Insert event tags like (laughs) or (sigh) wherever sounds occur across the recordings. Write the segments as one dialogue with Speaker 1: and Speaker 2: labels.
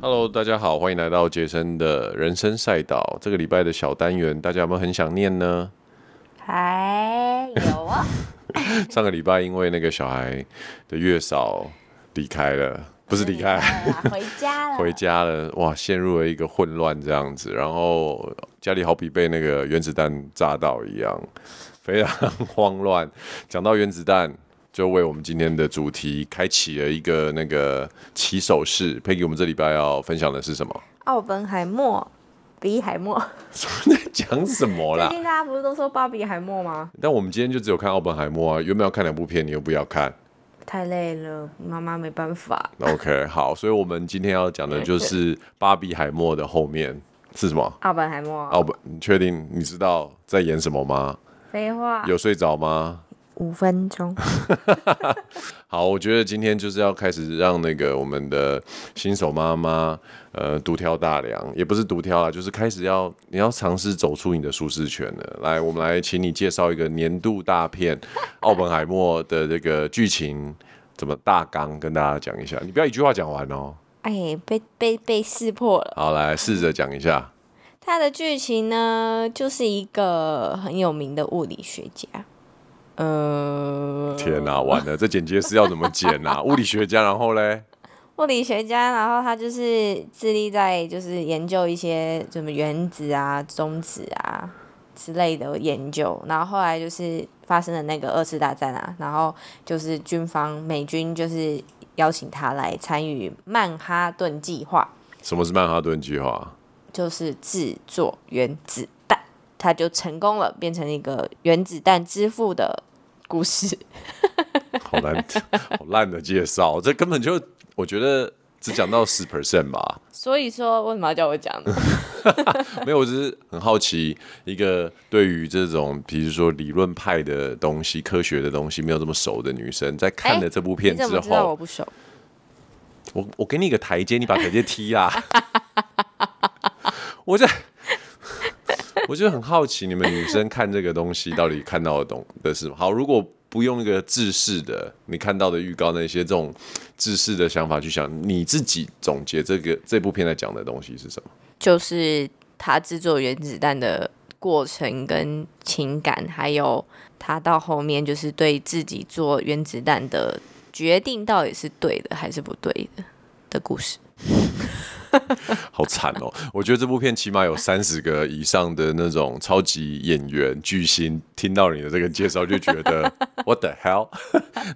Speaker 1: Hello，大家好，欢迎来到杰森的人生赛道。这个礼拜的小单元，大家有没有很想念呢？
Speaker 2: 还有啊，
Speaker 1: 上个礼拜因为那个小孩的月嫂离开了， (laughs) 不是离开，
Speaker 2: 回家了，
Speaker 1: 回家了，哇，陷入了一个混乱这样子，然后家里好比被那个原子弹炸到一样，非常慌乱。讲到原子弹，就为我们今天的主题开启了一个那个起手式。Peggy，我们这礼拜要分享的是什么？ (laughs)
Speaker 2: 奥本海默，比海默。
Speaker 1: 在讲什么
Speaker 2: 最
Speaker 1: 啦？
Speaker 2: 近大家不是都说芭比海默吗？
Speaker 1: 但我们今天就只有看《奥本海默》啊，原本要看两部片，你又不要看。
Speaker 2: 太累了，妈妈没办法。
Speaker 1: OK，好，所以我们今天要讲的就是《巴比海默》的后面是什么？
Speaker 2: 奥本海默，
Speaker 1: 奥本，你确定你知道在演什么吗？
Speaker 2: 废话，
Speaker 1: 有睡着吗？
Speaker 2: 五
Speaker 1: (laughs)
Speaker 2: 分钟。
Speaker 1: 好，我觉得今天就是要开始让那个我们的新手妈妈，呃，独挑大梁，也不是独挑啦，就是开始要你要尝试走出你的舒适圈了。来，我们来请你介绍一个年度大片《奥本海默》的这个剧情怎么大纲，跟大家讲一下。你不要一句话讲完哦。
Speaker 2: 哎，被被被识破了。
Speaker 1: 好，来试着讲一下。
Speaker 2: 它的剧情呢，就是一个很有名的物理学家。呃，
Speaker 1: 天哪、完了，这剪接是要怎么剪啊？物理学家，然后嘞，
Speaker 2: 物理学家，然后他就是致力在就是研究一些什么原子啊、中子啊之类的研究，然后后来就是发生了那个二次大战啊，然后就是军方美军就是邀请他来参与曼哈顿计划，
Speaker 1: 什么是曼哈顿计划？
Speaker 2: 就是制作原子弹，他就成功了，变成一个原子弹之父的故事。
Speaker 1: 好难，好烂的介绍，这根本就我觉得只讲到十 percent 吧。
Speaker 2: 所以说，为什么要叫我讲呢？
Speaker 1: 没有，我只是很好奇，一个对于这种比如说理论派的东西、科学的东西没有这么熟的女生，在看了这部
Speaker 2: 哎你
Speaker 1: 片
Speaker 2: 怎
Speaker 1: 之
Speaker 2: 么知道
Speaker 1: 后，
Speaker 2: 我不熟？
Speaker 1: 我我给你一个台阶，你把台阶踢啦。 (laughs) 我在，我就很好奇，你们女生看这个东西到底看到的懂的是什么？好，如果不用一个制式的，你看到的预告那些这种制式的想法去想，你自己总结这个这部片在讲的东西是什么？
Speaker 2: 就是他制作原子弹的过程跟情感，还有他到后面就是对自己做原子弹的决定到底是对的还是不对的的故事。
Speaker 1: 好惨哦！ (laughs) 我觉得这部片起码有三十个以上的那种超级演员巨星，听到你的这个介绍就觉
Speaker 2: (laughs)
Speaker 1: 得 What the hell？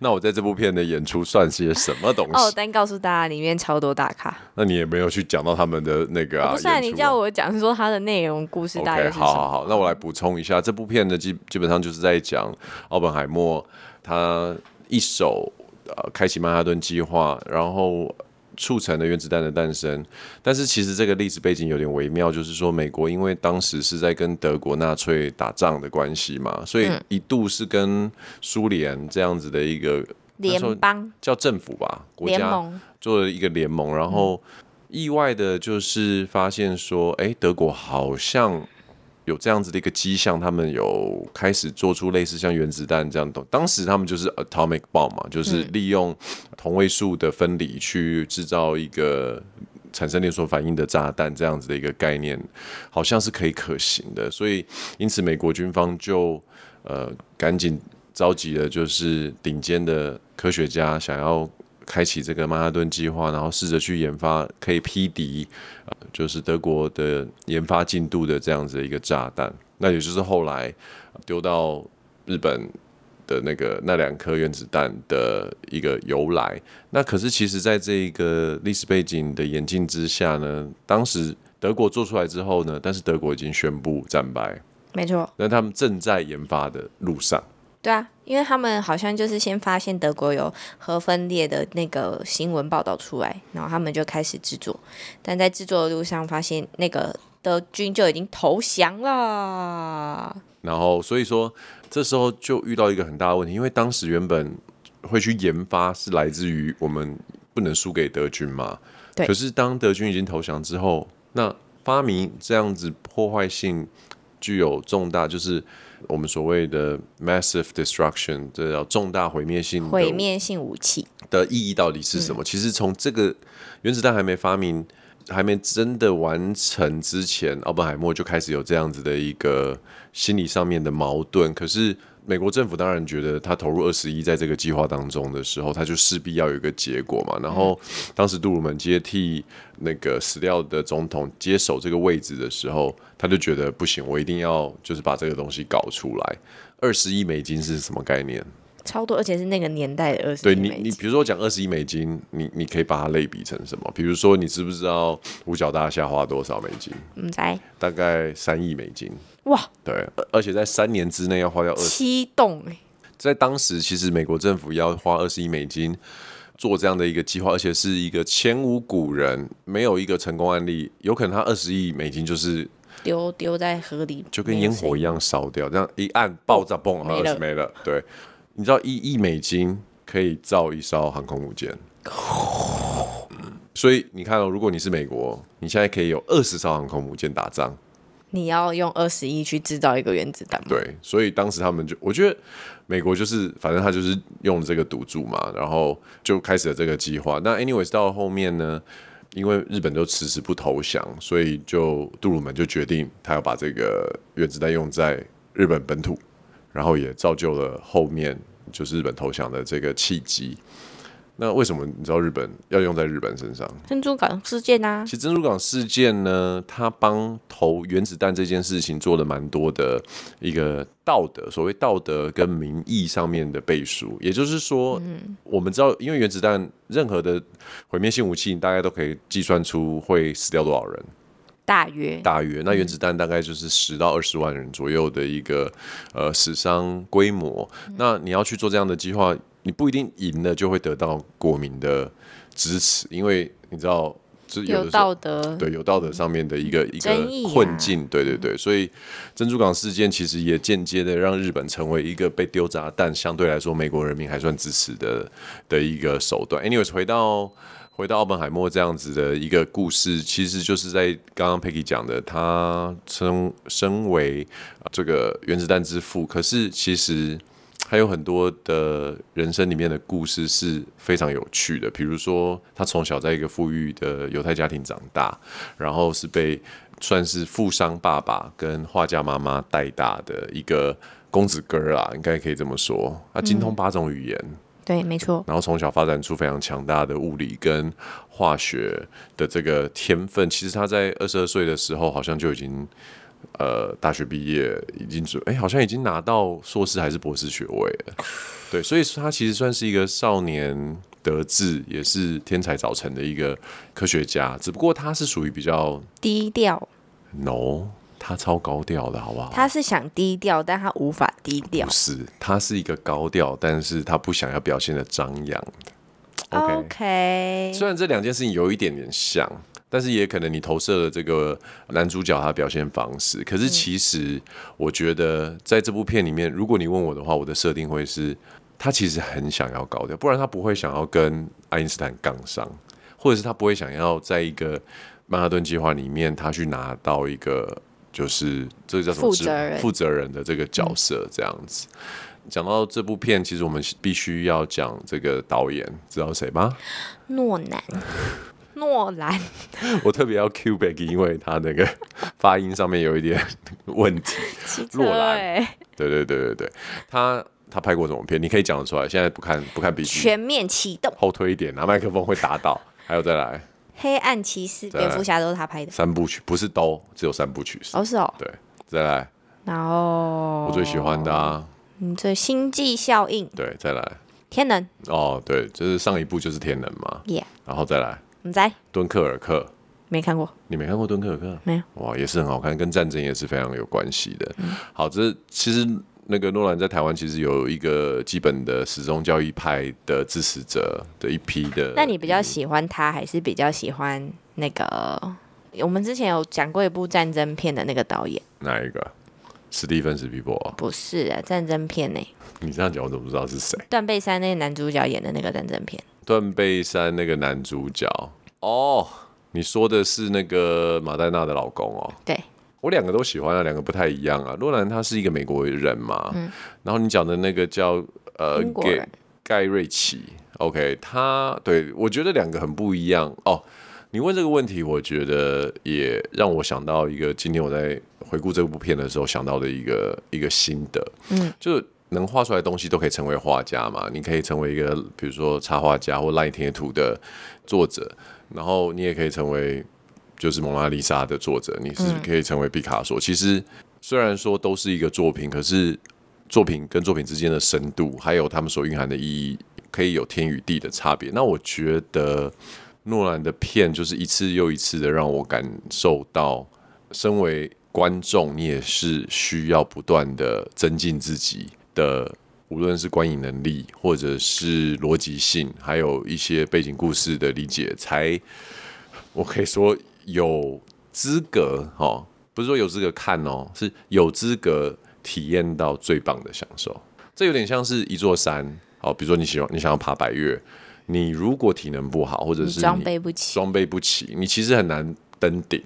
Speaker 1: 那 (laughs) 我在这部片的演出算些什么东
Speaker 2: 哦，
Speaker 1: 西？
Speaker 2: 但告诉大家，里面超多大咖。
Speaker 1: 那你也没有去讲到他们的那个啊，
Speaker 2: 不是、啊、
Speaker 1: 演
Speaker 2: 你
Speaker 1: 出啊
Speaker 2: 叫我讲说它的内容故事大概
Speaker 1: OK，
Speaker 2: 是什
Speaker 1: 好
Speaker 2: 么
Speaker 1: 好好，那我来补充一下，这部片呢基基本上就是在讲奥本海默他一手呃开启曼哈顿计划，然后促成了原子弹的诞生。但是其实这个历史背景有点微妙，就是说美国因为当时是在跟德国纳粹打仗的关系嘛，所以
Speaker 2: 嗯
Speaker 1: 一度是跟苏联这样子的一个那时候
Speaker 2: 联邦
Speaker 1: 叫政府吧，国
Speaker 2: 联
Speaker 1: 家
Speaker 2: 盟。
Speaker 1: 做了一个联盟，然后意外的就是发现说，哎、德国好像有这样子的一个迹象，他们有开始做出类似像原子弹这样的。当时他们就是 atomic bomb 嘛，就是利用同位素的分离去制造一个。产生连锁反应的炸弹这样子的一个概念，好像是可以可行的，所以因此美国军方就呃赶紧召集了就是顶尖的科学家，想要开启这个曼哈顿计划，然后试着去研发可以匹敌，呃，就是德国的研发进度的这样子的一个炸弹。那也就是后来呃丢到日本的那个那两颗原子弹的一个由来。那可是其实在这一个历史背景的演进之下呢，当时德国做出来之后呢，但是德国已经宣布战败，
Speaker 2: 没错，
Speaker 1: 那他们正在研发的路上。
Speaker 2: 对啊，因为他们好像就是先发现德国有核分裂的那个新闻报道出来，然后他们就开始制作，但在制作的路上发现那个德军就已经投降了。
Speaker 1: 然后所以说这时候就遇到一个很大的问题，因为当时原本会去研发是来自于我们不能输给德军嘛，
Speaker 2: 对
Speaker 1: 可是当德军已经投降之后，那发明这样子破坏性具有重大，就是我们所谓的 massive destruction，这叫重大毁灭性的
Speaker 2: 毁灭性武器，
Speaker 1: 的意义到底是什么？其实从这个原子弹还没发明还没真的完成之前，奥本海默就开始有这样子的一个心理上面的矛盾。可是美国政府当然觉得他投入二十一在这个计划当中的时候，他就势必要有一个结果嘛。然后当时杜鲁门接替那个死掉的总统接手这个位置的时候，他就觉得不行，我一定要就是把这个东西搞出来。二十亿美金是什么概念？
Speaker 2: 超多，而且是那个年代的二十。
Speaker 1: 对你，你比如说我讲二十亿美金，你你可以把它类比成什么？比如说，你知不知道五角大厦花多少美金？
Speaker 2: 嗯，在
Speaker 1: 大概三亿美金。
Speaker 2: 哇，
Speaker 1: 对，而而且在三年之内要花掉二十，
Speaker 2: 七栋哎、
Speaker 1: 在当时其实美国政府要花二十亿美金做这样的一个计划，而且是一个前无古人，没有一个成功案例。有可能他二十亿美金就是
Speaker 2: 丢丢在河里，
Speaker 1: 就跟烟火一
Speaker 2: 样。
Speaker 1: 样烧掉，这样一按爆炸，嘣，
Speaker 2: 没
Speaker 1: 二
Speaker 2: 了
Speaker 1: 十没了。对，你知道一亿美金可以造一艘航空母舰。
Speaker 2: (laughs)
Speaker 1: 嗯所以你看哦，如果你是美国，你现在可以有二十艘航空母舰打仗，
Speaker 2: 你要用二十亿去制造一个原子弹吗？
Speaker 1: 对，所以当时他们就，我觉得美国就是，反正他就是用了这个赌注嘛，然后就开始了这个计划。那 anyways 到后面呢，因为日本就迟迟不投降，所以就杜鲁门就决定他要把这个原子弹用在日本本土，然后也造就了后面就是日本投降的这个契机。那为什么你知道日本要用在日本身上？
Speaker 2: 珍珠港事件啊
Speaker 1: 其，实珍珠港事件呢，它帮投原子弹这件事情做了蛮多的一个道德，所谓道德跟民意上面的背书。也就是说，
Speaker 2: 嗯
Speaker 1: 我们知道，因为原子弹任何的毁灭性武器，你大概都可以计算出会死掉多少人，
Speaker 2: 大约
Speaker 1: 大约。那原子弹大概就是十到二十万人左右的一个呃死伤规模。
Speaker 2: 嗯
Speaker 1: 那你要去做这样的计划，你不一定赢了就会得到国民的支持，因为你知道。就是有
Speaker 2: 有
Speaker 1: 的时候
Speaker 2: 道德，
Speaker 1: 对，有道德上面的一个一
Speaker 2: 嗯争议
Speaker 1: 个
Speaker 2: 啊嗯
Speaker 1: 困境，对对对，所以珍珠港事件其实也间接的让日本成为一个被丢炸弹，相对来说美国人民还算支持的的一个手段。Anyways，回到回到奥本海默这样子的一个故事，其实就是在刚刚 Peggy 讲的，他身身为呃这个原子弹之父，可是其实。还有很多的人生里面的故事是非常有趣的，比如说他从小在一个富裕的犹太家庭长大，然后是被算是富商爸爸跟画家妈妈带大的一个公子哥儿啊，应该可以这么说。他精通八种语言，
Speaker 2: 对，没错，
Speaker 1: 然后从小发展出非常强大的物理跟化学的这个天分。其实他在二十二岁的时候，好像就已经呃大学毕业，已经准哎，好像已经拿到硕士还是博士学位了。对，所以他其实算是一个少年得志，也是天才早成的一个科学家。只不过他是属于比较
Speaker 2: 低调，
Speaker 1: no，他超高调的好不好？
Speaker 2: 他是想低调，但他无法低调
Speaker 1: 不。是，他是一个高调，但是他不想要表现的张扬的。OK，
Speaker 2: OK，
Speaker 1: 虽然这两件事情有一点点像，但是也可能你投射了这个男主角他的表现方式。可是其实我觉得，在这部片里面，如果你问我的话，我的设定会是，他其实很想要高调，不然他不会想要跟爱因斯坦杠上，或者是他不会想要在一个曼哈顿计划里面，他去拿到一个就是这个叫什么
Speaker 2: 负责人
Speaker 1: 负责人的这个角色这样子。讲到这部片，其实我们必须要讲这个导演，知道谁吗？
Speaker 2: 诺
Speaker 1: (laughs)
Speaker 2: 南，诺兰，
Speaker 1: 我特别要 Q Becky，因为他
Speaker 2: (laughs)
Speaker 1: 那个发音上面有一点问题。
Speaker 2: 骑车
Speaker 1: 诺兰
Speaker 2: 欸
Speaker 1: 对对对对对，他他拍过什么片？你可以讲得出来。现在不看不看笔记，
Speaker 2: 全面启动，
Speaker 1: 后退一点，拿麦克风会打倒。还有再来
Speaker 2: 黑暗骑士、
Speaker 1: 再来
Speaker 2: 蝙蝠侠都是他拍的。
Speaker 1: 三部曲，不是都只有三部曲是？
Speaker 2: 哦，是哦，
Speaker 1: 对，再来
Speaker 2: 然后
Speaker 1: 我最喜欢的、啊，
Speaker 2: 嗯，这星际效应、
Speaker 1: 对，再来
Speaker 2: 天能
Speaker 1: 哦，对，就是上一部就是天能嘛，
Speaker 2: ，Yeah，
Speaker 1: 然后再来
Speaker 2: 我们在
Speaker 1: 敦刻尔克，
Speaker 2: 没看过，
Speaker 1: 你没看过《敦刻尔克》？
Speaker 2: 没有。嗯
Speaker 1: 哇，也是很好看，跟战争也是非常有关系的。好，这其实那个诺兰在台湾其实有一个基本的始终教义派的支持者的一批的。
Speaker 2: 那你比较喜欢他，还是比较喜欢那个？我们之前有讲过一部战争片的那个导演，
Speaker 1: 哪一个？史蒂芬史皮博哦，
Speaker 2: 不是啊，战争片呢、
Speaker 1: 你这样讲我怎么不知道是谁？
Speaker 2: 断背山那个男主角演的那个战争片，
Speaker 1: 断背山那个男主角哦，你说的是那个马黛娜的老公哦。
Speaker 2: 对，
Speaker 1: 我两个都喜欢啊，两个不太一样啊。洛兰他是一个美国人嘛，然后你讲的那个叫呃
Speaker 2: 嗯英国
Speaker 1: 盖
Speaker 2: 人
Speaker 1: 盖瑞奇，OK，他对我觉得两个很不一样哦。你问这个问题，我觉得也让我想到一个，今天我在回顾这部片的时候想到的一个一个心得，嗯，就是能画出来的东西都可以成为画家嘛，你可以成为一个比如说插画家或烂贴图的作者，然后你也可以成为就是蒙娜丽莎的作者，你是可以成为毕卡索。其实虽然说都是一个作品，可是作品跟作品之间的深度，还有他们所蕴含的意义，可以有天与地的差别。那我觉得诺兰的片就是一次又一次的让我感受到，身为观众，你也是需要不断的增进自己的。无论是观影能力，或者是逻辑性，还有一些背景故事的理解，才我可以说有资格哦，不是说有资格看哦，是有资格体验到最棒的享受。这有点像是一座山，好，比如说你喜欢你想要爬百越，你如果体能不好，或者是
Speaker 2: 你
Speaker 1: 你
Speaker 2: 装备不起
Speaker 1: 装备不起，你其实很难登顶。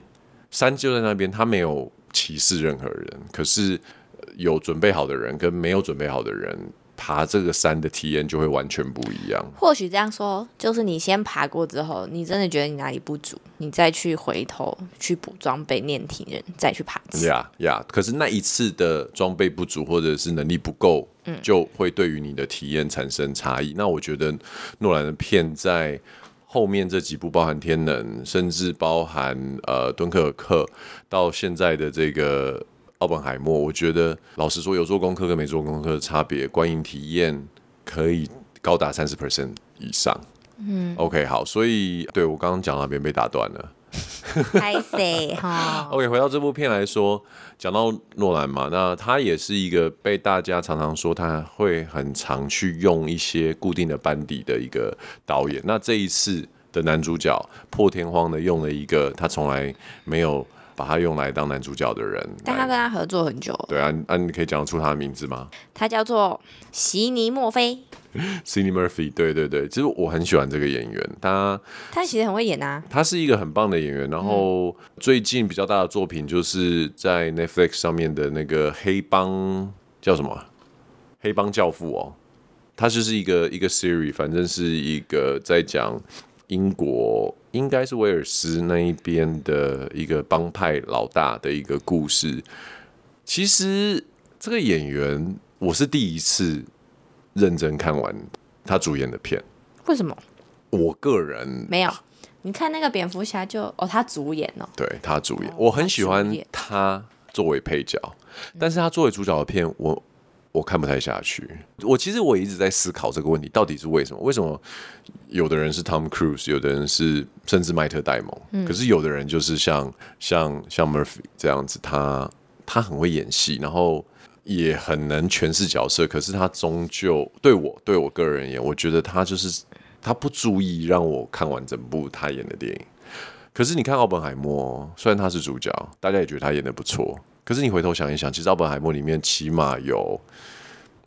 Speaker 1: 山就在那边，他没有歧视任何人，可是呃有准备好的人跟没有准备好的人爬这个山的体验就会完全不一样。
Speaker 2: 或许这样说，就是你先爬过之后，你真的觉得你哪里不足，你再去回头去补装备、练体能，再去爬次。
Speaker 1: 呀呀！可是那一次的装备不足或者是能力不够，就会对于你的体验产生差异。那我觉得诺兰的片在后面这几部，包含《天能》，甚至包含呃《敦刻尔克》，到现在的这个《奥本海默》，我觉得老实说，有做功课跟没做功课的差别，观影体验可以高达三十 percent 以上。嗯，OK，好，所以对我刚刚讲那边被打断了。
Speaker 2: 拍谁哈？
Speaker 1: OK，回到这部片来说，讲到诺兰嘛，那他也是一个被大家常常说他会很常去用一些固定的班底的一个导演。那这一次的男主角破天荒的用了一个他从来没有把他用来当男主角的人来。
Speaker 2: 但他跟他合作很久了，
Speaker 1: 对啊，啊，你可以讲得出他的名字吗
Speaker 2: 他叫做席尼墨菲，
Speaker 1: ？Cindy Murphy，对对对，其实我很喜欢这个演员，他
Speaker 2: 他其实很会演啊。
Speaker 1: 他是一个很棒的演员。然后最近比较大的作品就是在 Netflix 上面的那个黑帮叫什么啊？黑帮教父哦，他就是一个一个 series，反正是一个在讲英国应该是威尔斯那一边的一个帮派老大的一个故事。其实这个演员我是第一次认真看完他主演的片，
Speaker 2: 为什么
Speaker 1: 我个人
Speaker 2: 没有？你看那个蝙蝠侠就哦，他主演哦，
Speaker 1: 对他主演，
Speaker 2: 哦
Speaker 1: 我很
Speaker 2: 他
Speaker 1: 喜
Speaker 2: 主
Speaker 1: 欢
Speaker 2: 演
Speaker 1: 他作为配角，但是他作为主角的片，我我看不太下去。我其实我一直在思考这个问题，到底是为什么？为什么有的人是 Tom Cruise，有的人是甚至迈特戴蒙，
Speaker 2: 嗯
Speaker 1: 可是有的人就是像像像 Murphy 这样子，他他很会演戏，然后也很能诠释角色，可是他终究对我对我个人而言，我觉得他就是他不注意让我看完整部他演的电影。可是你看奥本海默，虽然他是主角，大家也觉得他演的不错。可是你回头想一想，其实奥本海默里面起码有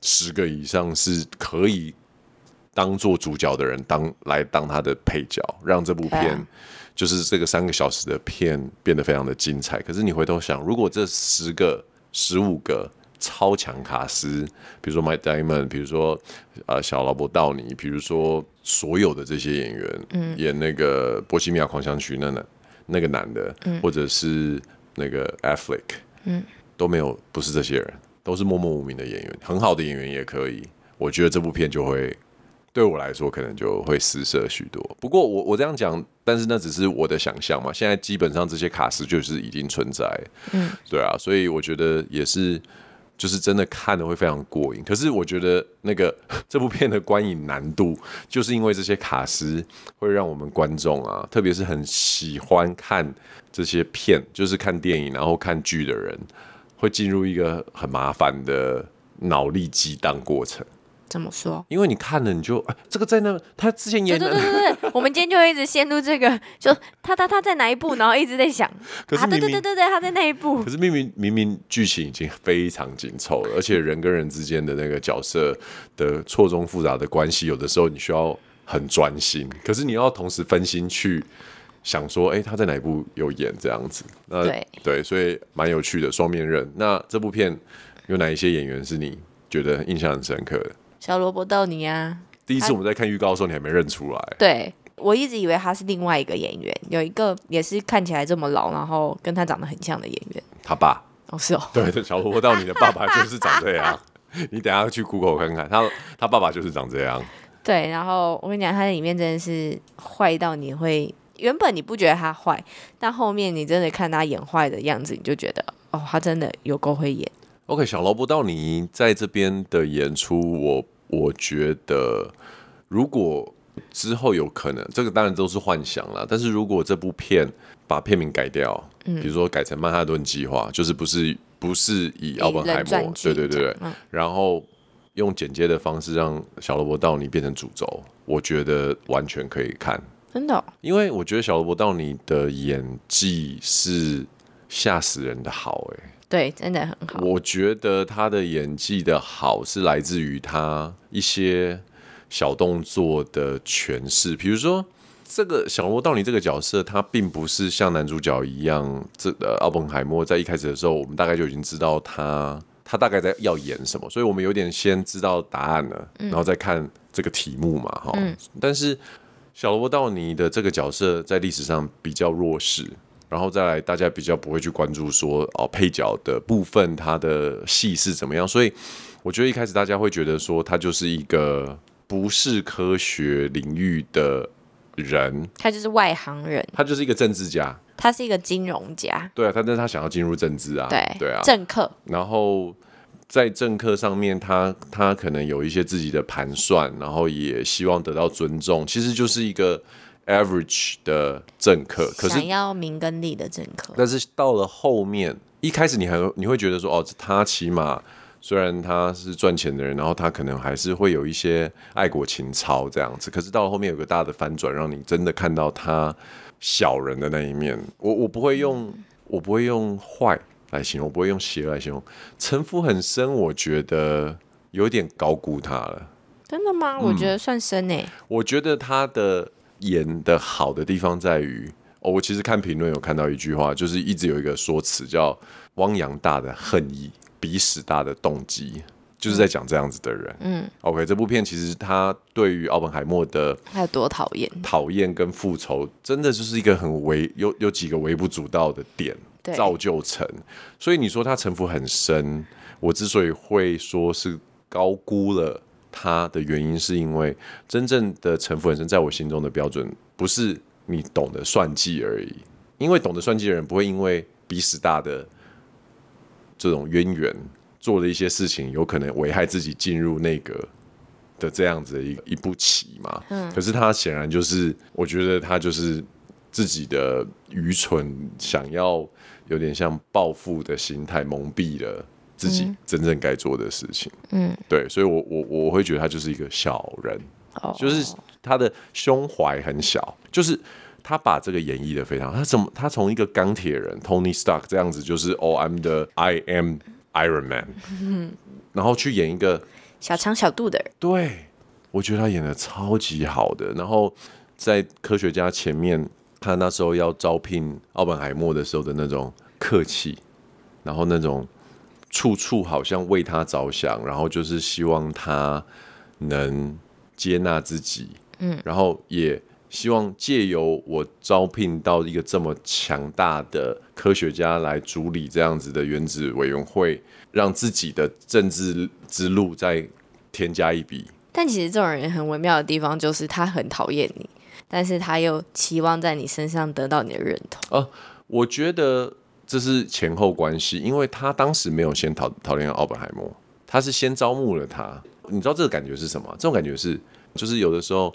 Speaker 1: 十个以上是可以当做主角的人当来当他的配角，让这部
Speaker 2: 对
Speaker 1: 片、
Speaker 2: 啊
Speaker 1: 就是这个三个小时的片变得非常的精彩。可是你回头想，如果这十个、十五个超强卡司，比如说 Mike Diamond，比如说呃小劳勃道尼，比如说所有的这些演员，嗯，演那个《波西米亚狂想曲》那男那个男的，
Speaker 2: 嗯
Speaker 1: 或者是那个 Affleck，嗯，都没有，不是这些人，都是默默无名的演员，很好的演员也可以。我觉得这部片就会对我来说可能就会失色许多。不过我我这样讲，但是那只是我的想象嘛。现在基本上这些卡司就是已经存在，嗯，对啊，所以我觉得也是，就是真的看的会非常过瘾。可是我觉得那个 (laughs) 这部片的观影难度，就是因为这些卡司会让我们观众啊，特别是很喜欢看这些片，就是看电影然后看剧的人，会进入一个很麻烦的脑力激荡过程。
Speaker 2: 怎么说？
Speaker 1: 因为你看了你就、哎，这个在那，他之前
Speaker 2: 对
Speaker 1: 演
Speaker 2: 对
Speaker 1: 的，
Speaker 2: 对对对，我们今天就会一直陷入这个，就他他他在哪一部，然后一直在想
Speaker 1: 可是
Speaker 2: 啊，
Speaker 1: 明
Speaker 2: 对对
Speaker 1: 明、
Speaker 2: 对对对，他在那一部
Speaker 1: 可，是明明明明剧情已经非常紧凑了，而且人跟人之间的那个角色的错综复杂的关系，有的时候你需要很专心，可是你要同时分心去想说，哎、他在哪一部有演这样子？那
Speaker 2: 对
Speaker 1: 所以蛮有趣的双面刃。那这部片有哪一些演员是你觉得印象很深刻的？
Speaker 2: 小萝卜豆泥啊，
Speaker 1: 第一次我们在看预告的时候，你还没认出来，
Speaker 2: 对，我一直以为他是另外一个演员，有一个也是看起来这么老，然后跟他长得很像的演员。
Speaker 1: 他爸，
Speaker 2: 哦，是哦，
Speaker 1: 对对，小罗到你的爸爸就是长这样。你等一下去 Google 看看，他他爸爸就是长这样。
Speaker 2: 对。然后我跟你讲，他在里面真的是坏到你会，原本你不觉得他坏，但后面你真的看他演坏的样子，你就觉得哦，他真的有够会演。
Speaker 1: OK，小萝卜到你在这边的演出，我我觉得如果之后有可能，这个当然都是幻想啦。但是如果这部片把片名改掉，比如说改成《曼哈顿计划》，就是不是不是以奥本海
Speaker 2: 以人传
Speaker 1: 默，
Speaker 2: 记
Speaker 1: 对对对对，
Speaker 2: 嗯
Speaker 1: 然后用剪接的方式让小萝卜到你变成主轴，我觉得完全可以看。
Speaker 2: 真的哦、
Speaker 1: 因为我觉得小萝卜到你的演技是吓死人的好、欸，
Speaker 2: 对，真的很好。
Speaker 1: 我觉得他的演技的好是来自于他一些小动作的诠释，比如说这个小罗道尼这个角色，他并不是像男主角一样，这呃奥本海默在一开始的时候，我们大概就已经知道他他大概在要演什么，所以我们有点先知道答案了，然后再看这个题目嘛，哈、但是小罗伯道尼的这个角色在历史上比较弱势，然后再来大家比较不会去关注说哦配角的部分他的戏是怎么样，所以我觉得一开始大家会觉得说他就是一个不是科学领域的人，
Speaker 2: 他就是外行人，
Speaker 1: 他就是一个政治家，
Speaker 2: 他是一个金融家，
Speaker 1: 对啊，他但是他想要进入政治啊，
Speaker 2: 对
Speaker 1: 对啊，
Speaker 2: 政客，
Speaker 1: 然后在政客上面他，他可能有一些自己的盘算，然后也希望得到尊重，其实就是一个 average 的政客。可是
Speaker 2: 想，要名跟利的政客。
Speaker 1: 但是到了后面，一开始你还你会觉得说，哦，他起码虽然他是赚钱的人，然后他可能还是会有一些爱国情操这样子。可是到了后面有个大的翻转，让你真的看到他小人的那一面。我我不会用我不会用坏来形容，我不会用邪恶来形容。城府很深，我觉得有点高估他了。
Speaker 2: 真的吗？
Speaker 1: 嗯
Speaker 2: 我觉得算深欸诶、
Speaker 1: 我觉得他的演的好的地方在于，哦，我其实看评论有看到一句话，就是一直有一个说辞叫“汪洋大的恨意，鼻屎大的动机”，就是在讲这样子的人。嗯，OK，这部片其实他对于奥本海默的
Speaker 2: 他有多讨厌？
Speaker 1: 讨厌跟复仇，真的就是一个很微有有几个微不足道的点
Speaker 2: 对
Speaker 1: 造就成。所以你说他城府很深，我之所以会说是高估了他的原因，是因为真正的城府很深，在我心中的标准不是你懂得算计而已，因为懂得算计的人不会因为鼻屎大的这种渊源做了一些事情，有可能危害自己进入内阁的这样子的一一步棋嘛。可是他显然就是，我觉得他就是自己的愚蠢，想要有点像报复的心态，蒙蔽了自己真正该做的事情。嗯，对，所以我我我会觉得他就是一个小人，
Speaker 2: 哦，
Speaker 1: 就是他的胸怀很小，就是他把这个演绎的非常，他怎么他从一个钢铁人 Tony Stark 这样子，就是哦、I'm the I am Iron Man，、然后去演一个
Speaker 2: 小肠小肚的人，
Speaker 1: 对，我觉得他演的超级好的。然后在科学家前面，他那时候要招聘奥本海默的时候的那种客气，然后那种处处好像为他着想，然后就是希望他能接纳自己，嗯，然后也希望借由我招聘到一个这么强大的科学家来主理这样子的原子委员会，让自己的政治之路再添加一笔。
Speaker 2: 但其实这种人很微妙的地方就是他很讨厌你，但是他又期望在你身上得到你的认同。
Speaker 1: 我觉得这是前后关系，因为他当时没有先讨讨厌奥本海默，他是先招募了他。你知道这个感觉是什么？这种感觉是，就是有的时候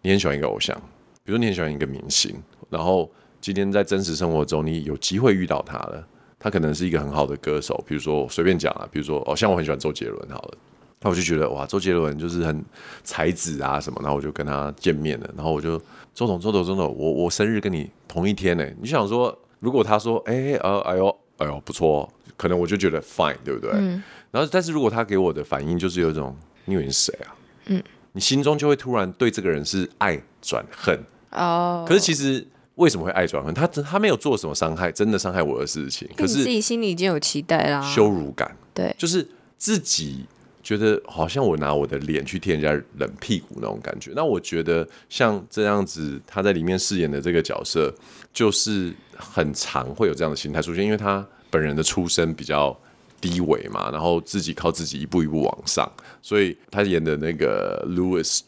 Speaker 1: 你很喜欢一个偶像，比如你很喜欢一个明星，然后今天在真实生活中你有机会遇到他了，他可能是一个很好的歌手，比如说我随便讲啊，比如说哦，像我很喜欢周杰伦好了。那我就觉得哇，周杰伦就是很才子啊什么，然后我就跟他见面了，然后我就周董周董周董，我我生日跟你同一天呢、你就想说，如果他说哎、呃哎呦哎呦不错、哦，可能我就觉得 fine 对不对？
Speaker 2: 嗯
Speaker 1: 然后但是如果他给我的反应就是有一种你以为你是谁啊？嗯，你心中就会突然对这个人是爱转恨，
Speaker 2: 哦，
Speaker 1: 可是其实。为什么会爱转恨？他他没有做什么伤害，真的伤害我的事情，可
Speaker 2: 你自
Speaker 1: 是
Speaker 2: 己心里已经有期待啦。
Speaker 1: 羞辱感，
Speaker 2: 对，
Speaker 1: 就是自己觉得好像我拿我的脸去贴人家冷屁股那种感觉。那我觉得像这样子，他在里面饰演的这个角色，就是很常会有这样的心态出现，因为他本人的出身比较低微嘛，然后自己靠自己一步一步往上，所以他演的那个 Louis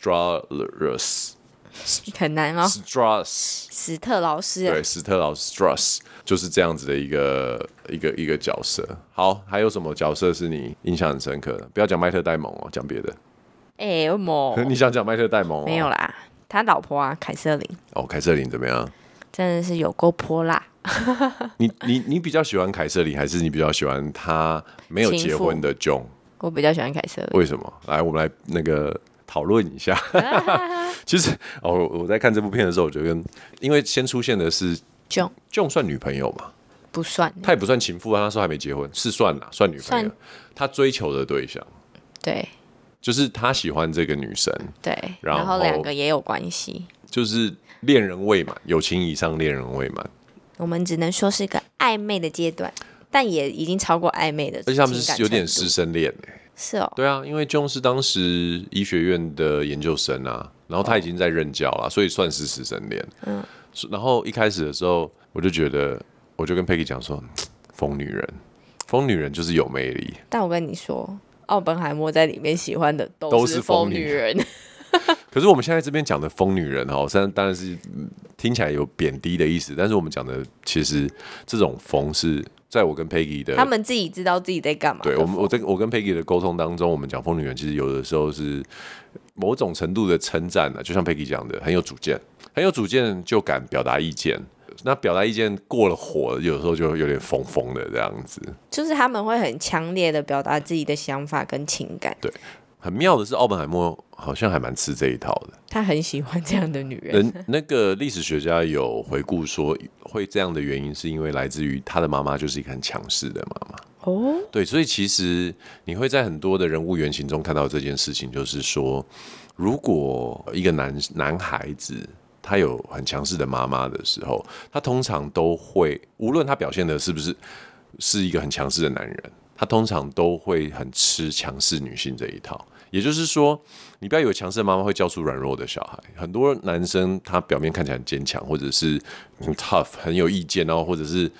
Speaker 1: Strauss
Speaker 2: 很难吗？
Speaker 1: Strauss。
Speaker 2: 史特劳斯啊
Speaker 1: 对，史特劳斯 Struss 就是这样子的一个一个一个角色。好，还有什么角色是你印象很深刻的？不要讲麦特戴蒙哦，讲别的。
Speaker 2: 哎，恶魔
Speaker 1: 你想讲麦特戴蒙、哦？
Speaker 2: 没有。啦，他老婆啊，凯瑟琳
Speaker 1: 哦，凯瑟琳怎么样？
Speaker 2: 真的是有够泼辣，
Speaker 1: 你你你比较喜欢凯瑟琳，还是你比较喜欢她没有结婚的 John？
Speaker 2: 我比较喜欢凯瑟琳。
Speaker 1: 为什么？来，我们来那个讨论一 (laughs) 下。其实哦，我我在看这部片的时候，我就跟因为先出现的是
Speaker 2: John
Speaker 1: John 算女朋友嘛，
Speaker 2: 不算，
Speaker 1: 她也不算情妇啊，那时候还没结婚，是算啦，算女朋友
Speaker 2: 算。
Speaker 1: 她追求的对象
Speaker 2: 对
Speaker 1: 就是他喜欢这个女生，
Speaker 2: 对，
Speaker 1: 然
Speaker 2: 然后
Speaker 1: 后
Speaker 2: 两个也有关系，
Speaker 1: 就是恋人未满，友情以上恋人未满，
Speaker 2: 我们只能说是一个暧昧的阶段，但也已经超过暧昧的情感程度，
Speaker 1: 而且他们是有点师生恋、欸、
Speaker 2: 是哦，
Speaker 1: 对啊，因为 John 是当时医学院的研究生啊，然后他已经在任教
Speaker 2: 哦
Speaker 1: 了，所以算是师生恋。嗯，然后一开始的时候，我就觉得，我就跟 Peggy 讲说，嘖疯女人，疯女人就是有魅力，
Speaker 2: 但我跟你说，奥本海默在里面喜欢的
Speaker 1: 都
Speaker 2: 都
Speaker 1: 是疯
Speaker 2: 疯
Speaker 1: 女
Speaker 2: 女人，
Speaker 1: 可是我们现在这边讲的疯女人哈，虽然当然是嗯听起来有贬低的意思，但是我们讲的其实这种疯是在我跟 Peggy 的
Speaker 2: (laughs) 他们自己知道自己在干嘛的。
Speaker 1: 对我们，我在我跟 Peggy 的沟通当中，我们讲疯女人，其实有的时候是某种程度的称赞啊呢、就像 Peggy 讲的，很有主见，很有主见就敢表达意见。那表达意见过了火，有时候就有点疯疯的这样子。
Speaker 2: 就是他们会很强烈的表达自己的想法跟情感，
Speaker 1: 很妙的是，奥本海默好像还蛮吃这一套的。
Speaker 2: 他很喜欢这样的女人。
Speaker 1: 人那个历史学家有回顾说，会这样的原因是因为来自于他的妈妈就是一个很强势的妈妈。
Speaker 2: 哦，
Speaker 1: 对，所以其实你会在很多的人物原型中看到这件事情，就是说，如果一个男男孩子他有很强势的妈妈的时候，他通常都会，无论他表现的是不是是一个很强势的男人，他通常都会很吃强势女性这一套。也就是说，你不要以为强势的妈妈会教出软弱的小孩。很多男生他表面看起来很坚强，或者是很 tough、很有意见，然后或者是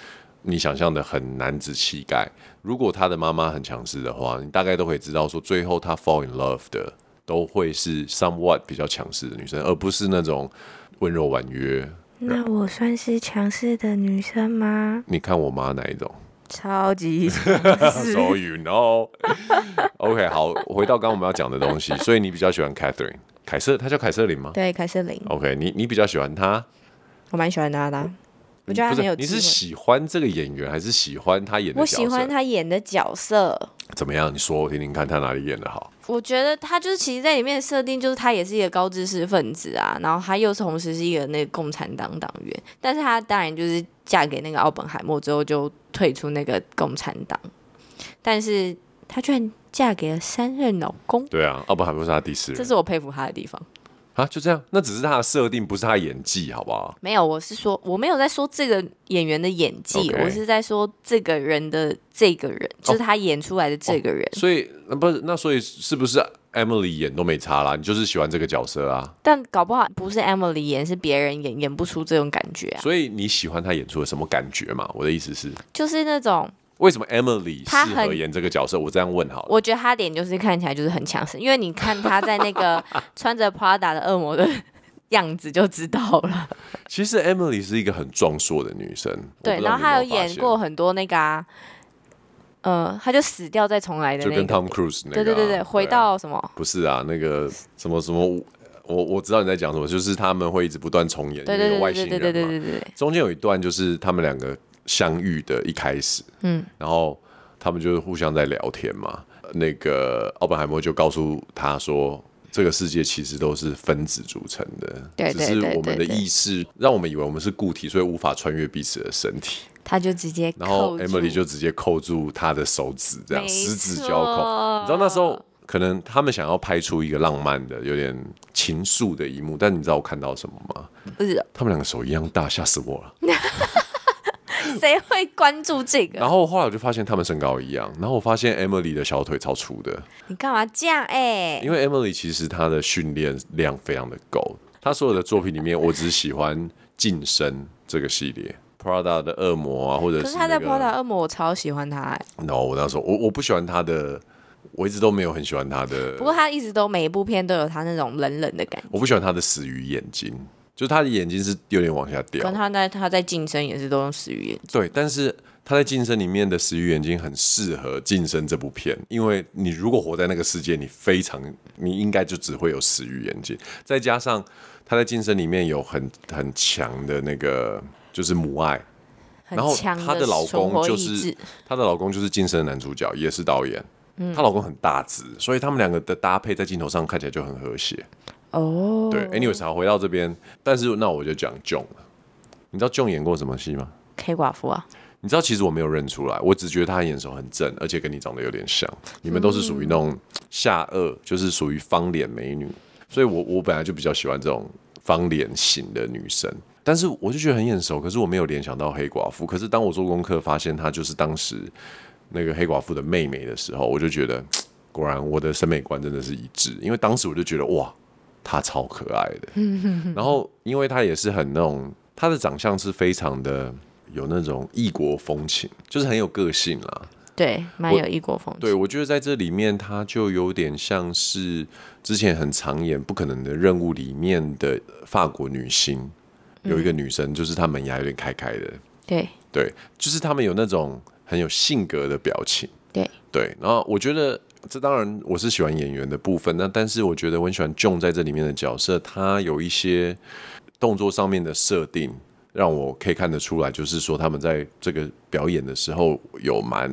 Speaker 1: 你想象的很男子气概。如果他的妈妈很强势的话，你大概都可以知道说，最后他 fall in love 的都会是 somewhat 比较强势的女生，而不是那种温柔婉约。
Speaker 2: 那我算是强势的女生吗？
Speaker 1: 你看我妈哪一种？
Speaker 2: 超
Speaker 1: (laughs)
Speaker 2: 级
Speaker 1: So you know 。OK，好，回到刚刚我们要讲的东西，所以你比较喜欢 Catherine 凯瑟，她叫凯瑟琳吗
Speaker 2: 对凯瑟琳，
Speaker 1: ？OK，你你比较喜欢她？
Speaker 2: 我蛮喜欢她的啊。我觉
Speaker 1: 嗯
Speaker 2: 得
Speaker 1: 不
Speaker 2: 她很有
Speaker 1: 是，
Speaker 2: 智
Speaker 1: 你是
Speaker 2: 慧。
Speaker 1: 喜欢这个演员，还是喜欢她演的角色？
Speaker 2: 我喜欢她演的角色，
Speaker 1: 怎么样？你说我听听看，她哪里演的好？
Speaker 2: 我觉得她就是其实在里面的设定就是她也是一个高知识分子啊，然后她又同时是一个那个共产党党员，但是她当然就是嫁给那个奥本海默之后就退出那个共产党，但是她居然嫁给了三任老公，
Speaker 1: 对啊，奥本海默是她第四
Speaker 2: 这
Speaker 1: 人
Speaker 2: 是我佩服她的地方。
Speaker 1: 啊，就这样。那只是她的设定，不是她演技，好不好？
Speaker 2: 没有，我是说我没有在说这个演员的演技
Speaker 1: OK
Speaker 2: 我是在说这个人的这个人，就是他演出来的这个人。
Speaker 1: 所以那不是那所以是不是 Emily 演都没差啦？你就是喜欢这个角色啊，
Speaker 2: 但搞不好不是 Emily 演，是别人演，演不出这种感觉啊，
Speaker 1: 所以你喜欢她演出的什么感觉嘛？我的意思是，
Speaker 2: 就是那种
Speaker 1: 为什么 Emily
Speaker 2: 她
Speaker 1: 适合
Speaker 2: 很
Speaker 1: 演这个角色？我这样问好了。
Speaker 2: 我觉得他脸就是看起来就是很强势，因为你看他在那
Speaker 1: (laughs)
Speaker 2: 个穿着 Prada 的恶魔的样子就知道
Speaker 1: (laughs)
Speaker 2: 了。
Speaker 1: 其实 Emily 是一个很壮硕的女生，我
Speaker 2: 对，
Speaker 1: 不知道
Speaker 2: 然后
Speaker 1: 你
Speaker 2: 他有
Speaker 1: 没发
Speaker 2: 演
Speaker 1: 现
Speaker 2: 过，很多那个、啊，呃，他就死掉再重来的
Speaker 1: 就
Speaker 2: 那
Speaker 1: 跟
Speaker 2: 个。
Speaker 1: Tom Cruise 那个啊、
Speaker 2: 对对对对，回
Speaker 1: 啊
Speaker 2: 到什么？
Speaker 1: 不是啊，那个什么什么，我我我知道你在讲什么，就是他们会一直不断重演，
Speaker 2: 对
Speaker 1: 因为
Speaker 2: 对
Speaker 1: 有外
Speaker 2: 对
Speaker 1: 星
Speaker 2: 对
Speaker 1: 人
Speaker 2: 对
Speaker 1: 嘛。
Speaker 2: 对对对对对，
Speaker 1: 中间有一段就是他们两个相遇的一开始，嗯，然后他们就互相在聊天嘛。那个奥本海默就告诉他说，这个世界其实都是分子组成的，
Speaker 2: 对对
Speaker 1: 只
Speaker 2: 对
Speaker 1: 是我们的
Speaker 2: 对对
Speaker 1: 意识让我们以为我们是固体，所以无法穿越彼此的身体。
Speaker 2: 他就直接
Speaker 1: 然后
Speaker 2: 扣住
Speaker 1: Emily 就直接扣住他的手指，这样
Speaker 2: 没
Speaker 1: 十指
Speaker 2: 错
Speaker 1: 交扣。你知道那时候可能他们想要拍出一个浪漫的、有点情愫的一幕，但你知道我看到什么吗？
Speaker 2: 不是
Speaker 1: 他们两个手一样大，吓死我了！
Speaker 2: 谁会关注这个？
Speaker 1: 然后后来我就发现他们身高一样，然后我发现 Emily 的小腿超粗的，
Speaker 2: 你干嘛这样？哎、
Speaker 1: 因为 Emily 其实她的训练量非常的够，她所有的作品里面，我只喜欢《晋升》这个系列，Prada 的恶魔啊，或者
Speaker 2: 可是
Speaker 1: 是
Speaker 2: 他
Speaker 1: 那
Speaker 2: 在
Speaker 1: 个呃
Speaker 2: Prada 恶魔，我超喜欢他、哎
Speaker 1: No，我那时候我我不喜欢她的，我一直都没有很喜欢她的
Speaker 2: 不，过他一直都每一部片都有他那种冷冷的感觉。
Speaker 1: 我不喜欢她的死鱼眼睛，就是她的眼睛是有点往下掉
Speaker 2: 跟，他在他在晋升也是都用死鱼眼，
Speaker 1: 对，但是他在《晋升》里面的死鱼眼睛很适合《晋升》这部片，因为你如果活在那个世界，你非常你应该就只会有死鱼眼睛，再加上他在《晋升》里面有很很强的那个就是母爱，
Speaker 2: 很
Speaker 1: 然后
Speaker 2: 强
Speaker 1: 她的老
Speaker 2: 存
Speaker 1: 公
Speaker 2: 活
Speaker 1: 就
Speaker 2: 意
Speaker 1: 是
Speaker 2: 志。
Speaker 1: 她的老公就是《晋升》的男主角，也是导演。她老公很大只，所以他们两个的搭配在镜头上看起来就很和谐。
Speaker 2: 哦，
Speaker 1: 对，anyways，好，回哎到这边，但是那我就讲 John 了。你知道 John 演过什么戏吗？
Speaker 2: 黑寡妇啊，
Speaker 1: 你知道，其实我没有认出来，我只觉得他眼熟很正，而且跟你长得有点像。你们都是属于那种下颚，就是属于方脸美女，所以我我本来就比较喜欢这种方脸型的女生。但是我就觉得很眼熟，可是我没有联想到黑寡妇。可是当我做功课发现她就是当时那个黑寡妇的妹妹的时候，我就觉得嗯果然我的审美观真的是一致，因为当时我就觉得哇，她超可爱的。然后因为他也是很那种，他的长相是非常的有那种异国风情，就是很有个性啦。
Speaker 2: 对，蛮有异国风情。
Speaker 1: 对，我觉得在这里面他就有点像是之前很常演《不可能的任务》里面的法国女星，有一个女生就是她门牙有点开开的，
Speaker 2: 对
Speaker 1: 对，就是他们有那种很有性格的表情。
Speaker 2: 对
Speaker 1: 对，然后我觉得这当然我是喜欢演员的部分，那但是我觉得我很喜欢 John 在这里面的角色，他有一些动作上面的设定，让我可以看得出来，就是说他们在这个表演的时候有蛮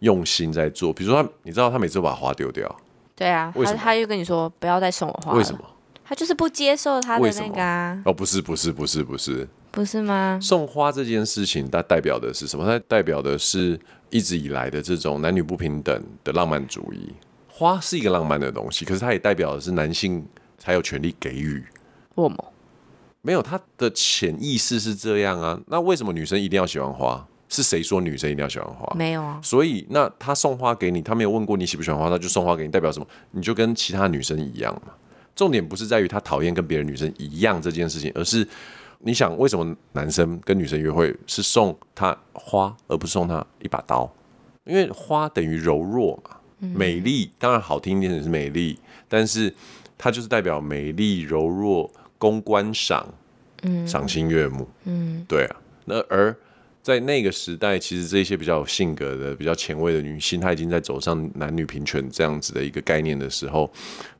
Speaker 1: 用心在做。比如说他，你知道他每次都把花丢掉，
Speaker 2: 对啊，
Speaker 1: 为
Speaker 2: 他
Speaker 1: 什么
Speaker 2: 他就跟你说不要再送我花了，
Speaker 1: 为什么？
Speaker 2: 他就是不接受他的
Speaker 1: 为什
Speaker 2: 那
Speaker 1: 么
Speaker 2: 个啊，
Speaker 1: 哦，不是，不是，不是，不是，
Speaker 2: 不是吗？
Speaker 1: 送花这件事情，它代表的是什么？它代表的是一直以来的这种男女不平等的浪漫主义。花是一个浪漫的东西，可是它也代表的是男性才有权利给予。
Speaker 2: 我某
Speaker 1: 没有，他的潜意识是这样啊。那为什么女生一定要喜欢花？是谁说女生一定要喜欢花？
Speaker 2: 没有啊，
Speaker 1: 所以，那他送花给你，他没有问过你喜不喜欢花，他就送花给你，代表什么？你就跟其他女生一样嘛。重点不是在于他讨厌跟别的女生一样这件事情，而是你想为什么男生跟女生约会是送她花，而不是送她一把刀？因为花等于柔弱嘛，美丽当然好听一点也是美丽，但是它就是代表美丽、柔弱、公观赏，嗯，赏心悦目，嗯，对啊。那而在那个时代，其实这些比较有性格的、比较前卫的女性，她已经在走上男女平权这样子的一个概念的时候，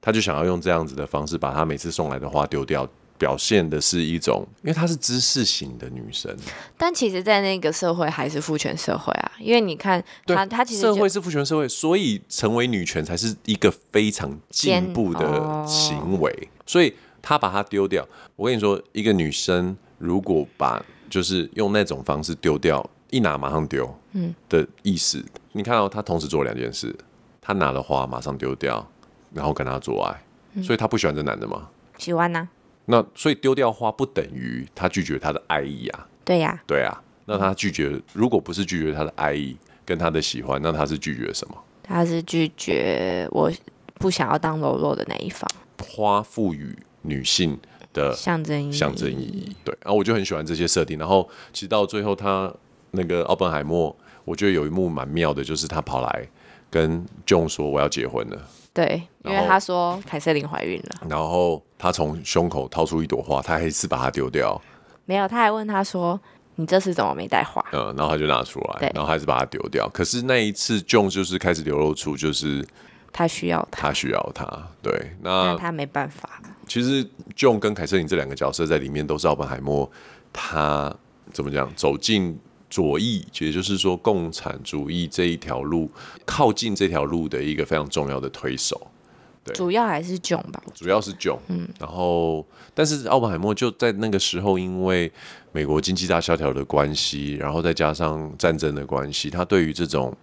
Speaker 1: 她就想要用这样子的方式，把她每次送来的花丢掉，表现的是一种，因为她是知识型的女生，
Speaker 2: 但其实，在那个社会还是父权社会啊，因为你看
Speaker 1: 对
Speaker 2: 他，他其实
Speaker 1: 社
Speaker 2: 就
Speaker 1: 会是父权社会，所以成为女权才是一个非常进步
Speaker 2: 哦
Speaker 1: 的行为。所以她把它丢掉。我跟你说，一个女生如果把就是用那种方式丢掉，一拿马上丢，嗯的意思。你看到、她同时做两件事，她拿了花马上丢掉，然后跟他做
Speaker 2: 嗯
Speaker 1: 爱，所以她不喜欢这男的嘛。
Speaker 2: 喜欢呐、
Speaker 1: 那所以丢掉花不等于她拒绝他的爱意啊。
Speaker 2: 对呀、
Speaker 1: 对啊，那他拒绝，如果不是拒绝他的爱意跟他的喜欢，那他是拒绝什么？
Speaker 2: 他是拒绝我不想要当柔弱的那一方，
Speaker 1: 花赋予女性的
Speaker 2: 象征意义
Speaker 1: 象征意义。对，然、后我就很喜欢这些设定。然后其实到最后，他那个奥本海默，我觉得有一幕蛮妙的，就是他跑来跟 John 说我要结婚了，
Speaker 2: 对，因
Speaker 1: 然
Speaker 2: 为
Speaker 1: 后
Speaker 2: 他说凯瑟琳怀孕了，
Speaker 1: 然后他从胸口掏出一朵花，他还是把它丢掉，
Speaker 2: 没有，他还问他说你这次怎么没带花？
Speaker 1: 嗯，然后他就拿出来
Speaker 2: 对，
Speaker 1: 然后还是把它丢掉。可是那一次，John 就是开始流露出就是
Speaker 2: 他需要他，
Speaker 1: 他需要他，呃对，那
Speaker 2: 但他没办法，
Speaker 1: 其实 John 跟凯瑟琳这两个角色在里面都是奥本海默，他怎么讲走进左翼，也就是说共产主义这一条路，靠近这条路的一个非常重要的推手，对
Speaker 2: 主要还是囧吧，
Speaker 1: 主要是 John。嗯，然后但是奥本海默就在那个时候，因为美国经济大萧条的关系，然后再加上战争的关系，他对于这种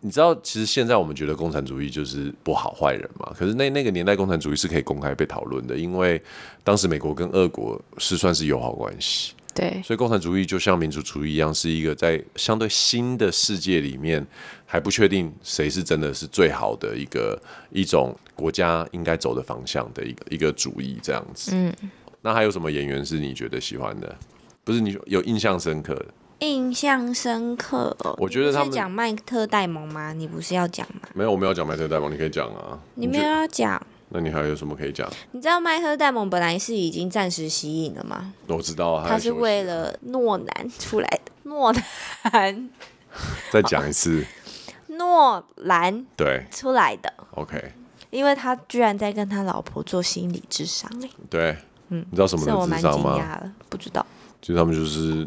Speaker 1: 你知道，其实现在我们觉得共产主义就是不好坏人嘛，可是那那个年代共产主义是可以公开被讨论的，因为当时美国跟俄国是算是友好关系，
Speaker 3: 对，
Speaker 1: 所以共产主义就像民族主义一样，是一个在相对新的世界里面还不确定谁是真的是最好的一个一种国家应该走的方向的一个一个主义这样子。嗯，那还有什么演员是你觉得喜欢的？不是你有印象深刻的？
Speaker 2: 印象深刻哦。
Speaker 1: 我觉得
Speaker 2: 你不
Speaker 1: 他
Speaker 2: 是
Speaker 1: 们
Speaker 2: 讲麦特戴蒙吗？你不是要讲吗？
Speaker 1: 没有，我没有讲麦特戴蒙，你可以讲啊。
Speaker 2: 你没有
Speaker 1: 觉
Speaker 2: 要讲。
Speaker 1: 那你还有什么可以讲？
Speaker 2: 你知道麦特戴蒙本来是已经暂时息影了吗？
Speaker 1: 我知道啊，
Speaker 2: 他是为
Speaker 1: 了
Speaker 2: 了诺兰出来的。诺兰， (laughs)
Speaker 1: 再讲一次，
Speaker 2: 诺兰
Speaker 1: 对
Speaker 2: 出来的，
Speaker 1: ，OK，
Speaker 2: 因为他居然在跟他老婆做心理智商嘞，
Speaker 1: 对，嗯，你知道什么
Speaker 2: 是我
Speaker 1: 的
Speaker 2: 蛮
Speaker 1: 智
Speaker 2: 惊
Speaker 1: 商吗？
Speaker 2: 讶的，不知道。
Speaker 1: 就他们就是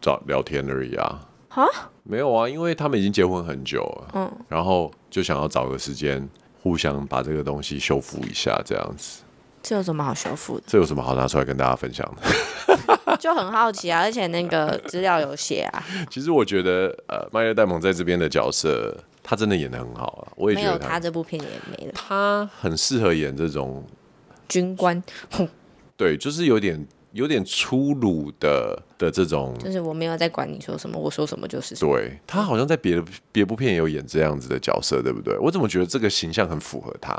Speaker 1: 找聊天而已啊。
Speaker 2: 哈，
Speaker 1: 没有啊，因为他们已经结婚很久了，嗯，然后就想要找个时间互相把这个东西修复一下，这样子。
Speaker 2: 这有什么好修复的？
Speaker 1: 这有什么好拿出来跟大家分享的？ (laughs)
Speaker 2: 就很好奇啊，而且那个资料有写啊，
Speaker 1: 其实我觉得，呃，麦克戴蒙在这边的角色，他真的演的很好啊，我也
Speaker 2: 没
Speaker 1: 觉
Speaker 2: 有
Speaker 1: 得
Speaker 2: 他
Speaker 1: 他
Speaker 2: 这部片也没了。
Speaker 1: 他很适合演这种，
Speaker 2: 军官，哼，
Speaker 1: 对，就是有点有点粗鲁的的这种
Speaker 2: 就是我没有在管你说什么，我说什么就是什么。
Speaker 1: 对他好像在别的别部片也有演这样子的角色，对不对？我怎么觉得这个形象很符合他？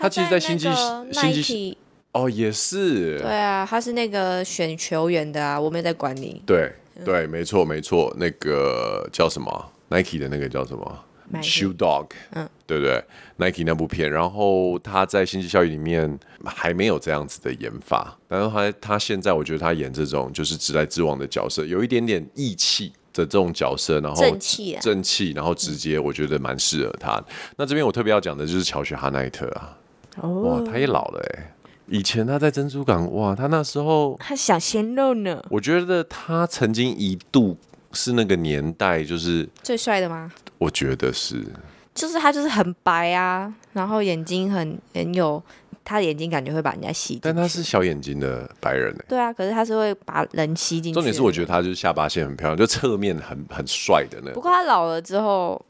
Speaker 1: 他其实在
Speaker 2: 在
Speaker 1: 星际
Speaker 2: 那个
Speaker 1: 星际
Speaker 2: Nike
Speaker 1: 哦，也是，
Speaker 2: 对啊，他是那个选球员的啊，我没有在管你。
Speaker 1: 对对，没错没错，那个叫什么 Nike 的那个叫什么
Speaker 2: Nike
Speaker 1: Shoe Dog，嗯，对不对？Nike 那部片，然后他在《星际效应》里面还没有这样子的演法，然后他他现在我觉得他演这种就是直来直往的角色，有一点点义气。的这种角色，然后
Speaker 2: 正气啊
Speaker 1: 正气，然后直接，我觉得蛮适合他。那这边我特别要讲的就是乔许哈奈特啊，哇，
Speaker 2: 哦
Speaker 1: 他也老了哎、以前他在珍珠港，哇，他那时候
Speaker 2: 他想鲜肉呢，
Speaker 1: 我觉得他曾经一度是那个年代，就是
Speaker 2: 最帅的吗？
Speaker 1: 我觉得是
Speaker 2: 就是他就是很白啊，然后眼睛很很有，他的眼睛感觉会把人家吸进去。
Speaker 1: 但他是小眼睛的白人欸
Speaker 2: 对啊，可是他是会把人吸进去。
Speaker 1: 重点是我觉得，他就是下巴线很漂亮，就侧面很很帅的那
Speaker 2: 不
Speaker 1: 种，
Speaker 2: 过他老了之后，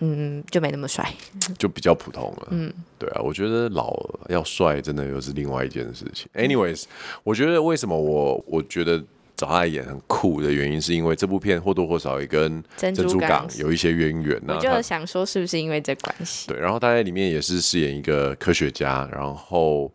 Speaker 2: 嗯，就没那么帅。
Speaker 1: 就比较普通了。嗯，对啊，我觉得老了要帅真的又是另外一件事情。Anyways，我觉得为什么我我觉得。找他来演很酷的原因，是因为这部片或多或少也跟
Speaker 2: 珍珠
Speaker 1: 珠港
Speaker 2: 港
Speaker 1: 有一些渊源啊呐、
Speaker 2: 我
Speaker 1: 他
Speaker 2: 就想说，是不是因为这关系？
Speaker 1: 对，然后他在里面也是饰演一个科学家，然后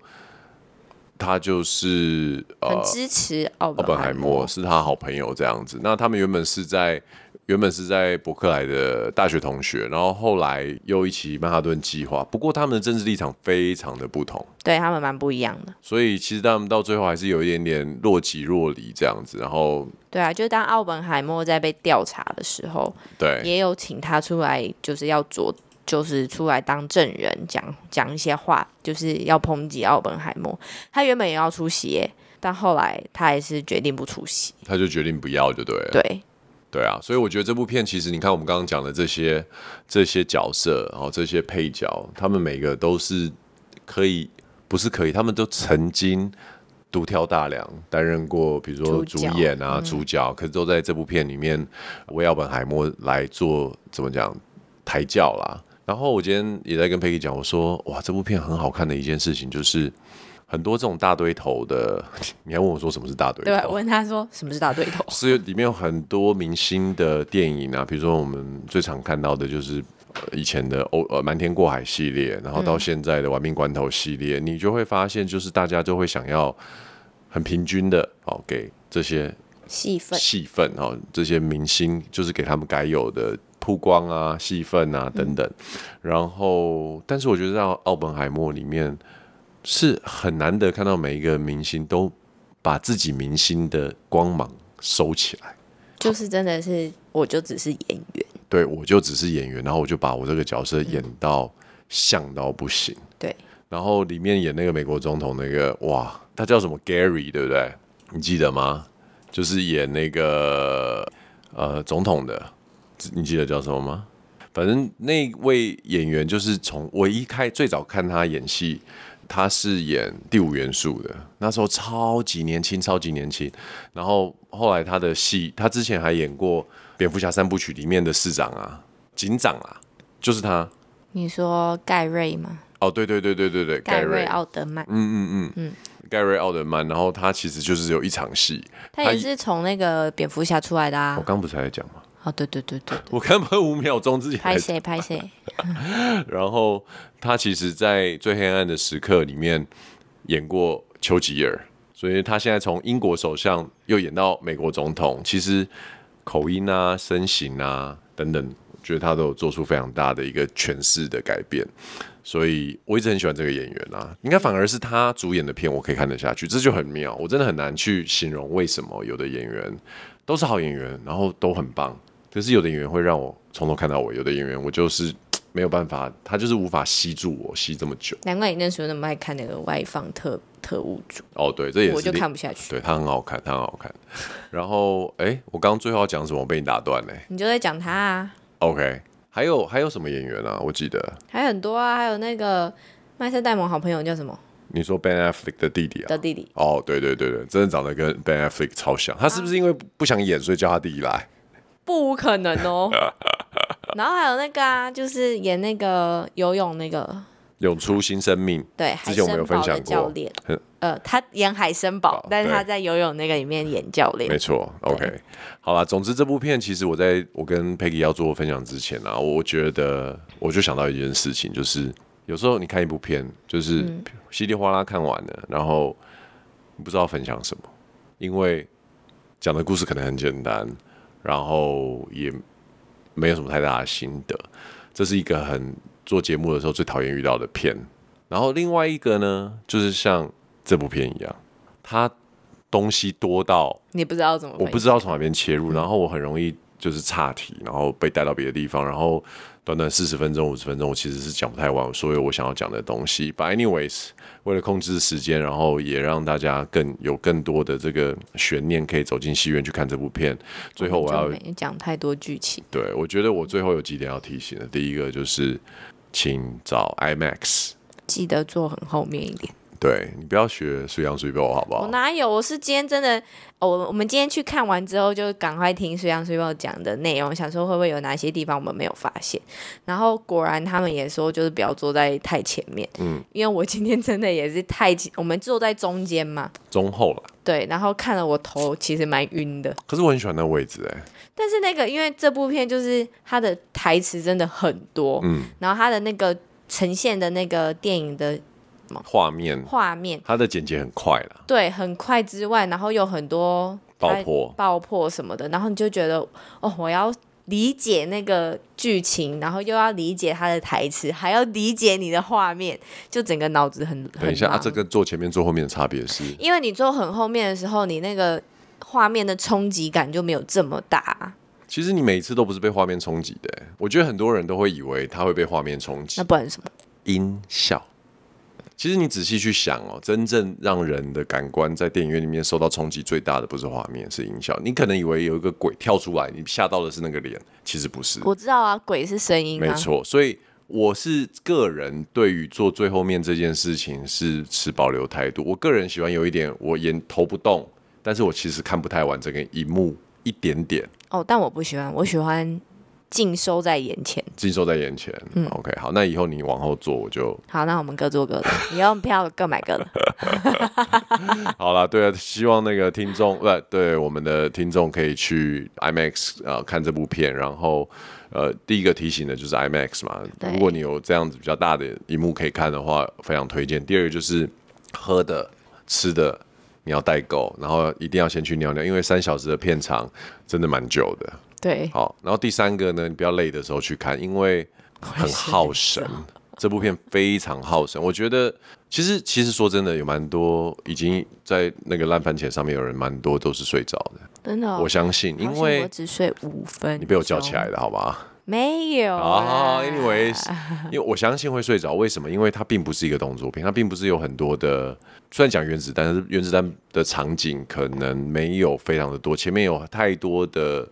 Speaker 1: 他就是呃
Speaker 2: 很支持奥
Speaker 1: 奥本海默
Speaker 2: 默。
Speaker 1: 是他好朋友这样子。那他们原本是在原本是在伯克莱的大学同学，然后后来又一起曼哈顿计划。不过他们的政治立场非常的不同，
Speaker 2: 对他们蛮不一样的。
Speaker 1: 所以其实他们到最后还是有一点点若即若离这样子。然后
Speaker 2: 对啊，就是当奥本海默在被调查的时候，
Speaker 1: 对，
Speaker 2: 也有请他出来，就是要做，就是出来当证人，讲讲一些话，就是要抨击奥本海默。他原本也要出席耶，但后来他还是决定不出席。
Speaker 1: 他就决定不要就对了。
Speaker 2: 对，
Speaker 1: 对啊，所以我觉得这部片其实你看我们刚刚讲的这些这些角色，然、后这些配角，他们每个都是可以，不是可以，他们都曾经独挑大梁，担任过比如说主
Speaker 2: 主角
Speaker 1: 演啊、主角，可是都在这部片里面为奥本海默来做怎么讲抬轿啦。然后我今天也在跟佩奇讲，我说哇，这部片很好看的一件事情就是。很多这种大堆头的， (laughs) 你还问我说什么是大堆头？
Speaker 2: 对啊吧？我问他说什么是大对
Speaker 1: (laughs)
Speaker 2: 头？
Speaker 1: 是里面有很多明星的电影啊，比如说我们最常看到的就是。呃以前的欧呃瞒天过海系列，然后到现在的玩命关头系列，你就会发现，就是大家就会想要很平均的哦，给这些
Speaker 2: 戏份。
Speaker 1: 戏份哦，这些明星就是给他们该有的曝光啊、戏份啊等等。然后，但是我觉得在《奥本海默》里面是很难得看到每一个明星都把自己明星的光芒收起来。
Speaker 2: 就是真的是，我就只是演员，
Speaker 1: 对我就只是演员，然后我就把我这个角色演到像到不行。
Speaker 2: 对，
Speaker 1: 然后里面演那个美国总统那个，哇，他叫什么 Gary 对不对？你记得吗？就是演那个呃总统的，你记得叫什么吗？反正那位演员就是从我一开最早看他演戏，他是演第五元素的，那时候超级年轻，超级年轻。然后后来他的戏，他之前还演过《蝙蝠侠三部曲》里面的市长啊、警长啊，就是他。
Speaker 2: 你说盖瑞吗？
Speaker 1: 哦，对对对对对对，
Speaker 2: 盖
Speaker 1: 盖
Speaker 2: 瑞
Speaker 1: 瑞，
Speaker 2: 奥德曼，
Speaker 1: 嗯嗯嗯，盖瑞奥德曼，然后他其实就是只有一场戏，
Speaker 2: 他
Speaker 1: 他
Speaker 2: 也
Speaker 1: 一
Speaker 2: 是从那个蝙蝠侠出来的
Speaker 1: 我
Speaker 2: 啊。
Speaker 1: 刚不是还在讲吗？
Speaker 2: 哦，对对对对对，
Speaker 1: 我刚不是五秒钟之前还
Speaker 2: 拍谁拍谁，
Speaker 1: 然后他其实，在最黑暗的时刻里面演过丘吉尔，所以他现在从英国首相又演到美国总统，其实口音啊、身形啊等等，我觉得他都有做出非常大的一个诠释的改变。所以我一直很喜欢这个演员啊，应该反而是他主演的片我可以看得下去，这就很妙。我真的很难去形容为什么有的演员都是好演员，然后都很棒，可是有的演员会让我从头看到尾，有的演员我就是没有办法，他就是无法吸住我吸这么久。
Speaker 2: (laughs) 难怪你那时候那么爱看那个外放特特务组，
Speaker 1: 哦，对，这也是
Speaker 2: 我就
Speaker 1: 另
Speaker 2: 看不下去。
Speaker 1: 对他很好看，他很好看。然后，哎，我刚刚最后要讲什么被你打断嘞
Speaker 2: 你就在讲他啊，
Speaker 1: ？OK，还有还有什么演员啊？我记得
Speaker 2: 还有很多啊，还有那个麦瑟戴蒙好朋友叫什么
Speaker 1: 你说 Ben Affleck 的弟弟啊
Speaker 2: 的？弟弟，
Speaker 1: 哦，对对对对，真的长得跟 Ben Affleck 超像。他是不是因为不不想演，所以叫他弟弟来？
Speaker 2: 不可能 (laughs) 哦。然后还有那个啊，就是演那个游泳那个，
Speaker 1: 永出新生命，
Speaker 2: 对，
Speaker 1: 之
Speaker 2: 海
Speaker 1: 前我们
Speaker 2: 参
Speaker 1: 有分
Speaker 2: 堡
Speaker 1: 享
Speaker 2: 的
Speaker 1: 过
Speaker 2: 教练
Speaker 1: 很，
Speaker 2: 呃，他演海参堡
Speaker 1: 堡，
Speaker 2: 但是
Speaker 1: 对
Speaker 2: 他在游泳那个里面演教练
Speaker 1: 没。错，OK，好啦，总之这部片其实我在我跟 Peggy 要做分享之前啊，我觉得我就想到一件事情，就是有时候你看一部片，就是稀里哗啦看完了，然后你不知道分享什么，因为讲的故事可能很简单，然后也没有什么太大的心得。这是一个很做节目的时候最讨厌遇到的片。然后另外一个呢，就是像这部片一样，它东西多到
Speaker 2: 你不知道怎么分
Speaker 1: 我
Speaker 2: 析，
Speaker 1: 不知道从哪边切
Speaker 2: 嗯
Speaker 1: 入，然后我很容易就是岔题，然后被带到别的地方，然后短短四十分钟、五十分钟，我其实是讲不太完所有我想要讲的东西。But anyways，为了控制时间，然后也让大家更有更多的这个悬念可以走进戏院去看这部片。最后我要
Speaker 2: 就没讲太多剧情，
Speaker 1: 对我觉得我最后有几点要提醒的，第一个就是请找 IMAX，
Speaker 2: 记得坐很后面一点。
Speaker 1: 对你不要学水杨水报好不
Speaker 2: 我
Speaker 1: 好？
Speaker 2: 哪有？我是今天真的，哦我、我们今天去看完之后，就赶快听虽然虽报讲的内容，想说会不会有哪些地方我们没有发现。然后果然他们也说，就是不要坐在太前面，嗯，因为我今天真的也是太前，我们坐在中间嘛，
Speaker 1: 中后了，
Speaker 2: 对，然后看了我头其实蛮晕的。
Speaker 1: 可是我很喜欢那位置哎、
Speaker 2: 但是那个因为这部片就是它的台词真的很多，
Speaker 1: 嗯，
Speaker 2: 然后它的那个呈现的那个电影的
Speaker 1: 画面
Speaker 2: 画面，
Speaker 1: 它的剪辑很快啦，
Speaker 2: 对，很快之外，然后有很多
Speaker 1: 爆
Speaker 2: 它
Speaker 1: 破。
Speaker 2: 爆破什么的，然后你就觉得哦，我要理解那个剧情，然后又要理解他的台词，还要理解你的画面，就整个脑子很很
Speaker 1: 等一下啊，
Speaker 2: 忙
Speaker 1: 这个坐前面坐后面的差别是，
Speaker 2: 因为你坐很后面的时候，你那个画面的冲击感就没有这么大，
Speaker 1: 其实你每一次都不是被画面冲击的欸。我觉得很多人都会以为它会被画面冲击
Speaker 2: 那，不然什么？
Speaker 1: 音效。其实你仔细去想哦，真正让人的感官在电影院里面受到冲击最大的不是画面，是音效。你可能以为有一个鬼跳出来，你吓到的是那个脸，其实不是。
Speaker 2: 我知道啊，鬼是声音
Speaker 1: 没
Speaker 2: 啊，
Speaker 1: 错，所以我是个人对于做最后面这件事情是持保留态度。我个人喜欢有一点，我眼头不动，但是我其实看不太完整个一幕一点点，
Speaker 2: 哦，但我不喜欢，我喜欢尽收在眼前。
Speaker 1: 尽收在眼前。OK，好，那以后你往后做，我就
Speaker 2: 好，那我们各做各
Speaker 1: (laughs)
Speaker 2: 的，你要票各买各的。
Speaker 1: 好啦，对啊，希望那个听众，不、对我们的听众可以去 IMAX 呃看这部片，然后呃第一个提醒的就是 IMAX 嘛，
Speaker 2: 对
Speaker 1: 如果你有这样子比较大的荧幕可以看的话，非常推荐。第二个就是喝的、吃的。你要代购，然后一定要先去尿尿，因为三小时的片长真的蛮久的。
Speaker 2: 对，
Speaker 1: 好，然后第三个呢，你不要累的时候去看，因为很耗神。这部片非常耗神，我觉得其实其实说真的，有蛮多已经在那个烂番茄上面有人蛮多都是睡着的，
Speaker 2: 真的哦、
Speaker 1: 我相信，
Speaker 2: 好
Speaker 1: 因
Speaker 2: 险我
Speaker 1: 为
Speaker 2: 只睡五分钟，
Speaker 1: 你被我叫起来的好吗？
Speaker 2: 没有
Speaker 1: 啊
Speaker 2: 啦
Speaker 1: (laughs) ，anyways，因为我相信会睡着，为什么？因为它并不是一个动作片，它并不是有很多的，虽然讲原子弹，但是原子弹的场景可能没有非常的多，前面有太多的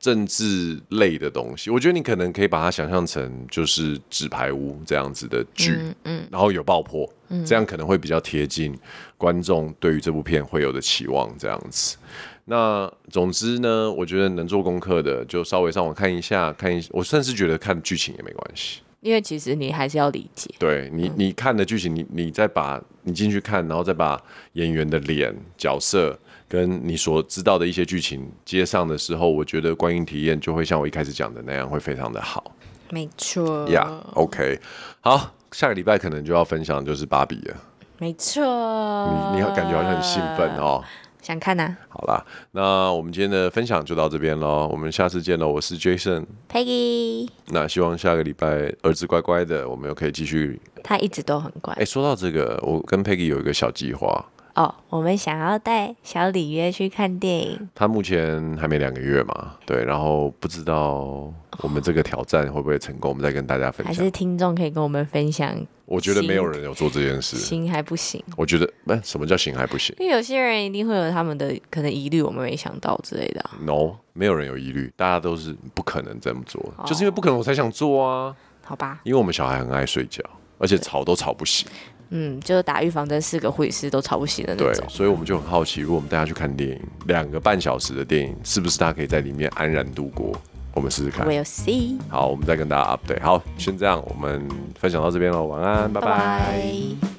Speaker 1: 政治类的东西，我觉得你可能可以把它想象成就是纸牌屋这样子的剧，嗯，然后有爆破，这样可能会比较贴近观众对于这部片会有的期望，这样子。那总之呢，我觉得能做功课的就稍微上网看一下，看一，我甚至觉得看剧情也没关系，
Speaker 2: 因为其实你还是要理解，
Speaker 1: 对你，你看的剧情，你你再把你进去看，然后再把演员的脸、角色跟你所知道的一些剧情接上的时候，我觉得观影体验就会像我一开始讲的那样，会非常的好
Speaker 2: 没错
Speaker 1: 呀。OK，好，下个礼拜可能就要分享就是芭比了，
Speaker 2: 没错。
Speaker 1: 你你感觉好像很兴奋，哦。
Speaker 2: 想看呐、啊、
Speaker 1: 好啦，那我们今天的分享就到这边喽，我们下次见喽。我是 Jason，
Speaker 2: ，Peggy，
Speaker 1: 那希望下个礼拜儿子乖乖的，我们又可以继续。
Speaker 2: 他一直都很乖
Speaker 1: 哎、说到这个，我跟 Peggy 有一个小计划。
Speaker 2: 哦。我们想要带小里约去看电影，
Speaker 1: 他目前还没两个月嘛，对，然后不知道我们这个挑战会不会成功，我们再跟大家分
Speaker 2: 还
Speaker 1: 享
Speaker 2: 是。听众可以跟我们分享？
Speaker 1: 我觉得没有人有做这件事，
Speaker 2: 行还不行？
Speaker 1: 我觉得那、什么叫行还不
Speaker 2: (laughs)
Speaker 1: 行
Speaker 2: 因为有些人一定会有他们的可能疑虑，我们没想到之类的啊、
Speaker 1: ？No，没有人有疑虑，大家都是不可能这么做，
Speaker 2: 哦
Speaker 1: 就是因为不可能我才想做啊，
Speaker 2: 好吧？
Speaker 1: 因为我们小孩很爱睡觉，而且吵都吵不醒，
Speaker 2: 嗯，就是打预防针四个护理师都吵不醒的
Speaker 1: 对
Speaker 2: 那，种。
Speaker 1: 所以我们就很好奇，如果我们带他去看电影，两个半小时的电影，是不是他可以在里面安然度过？我们试试看。
Speaker 2: We'll see，
Speaker 1: 好，我们再跟大家 update。好，先这样，我们分享到这边喽，晚安，拜拜
Speaker 2: 拜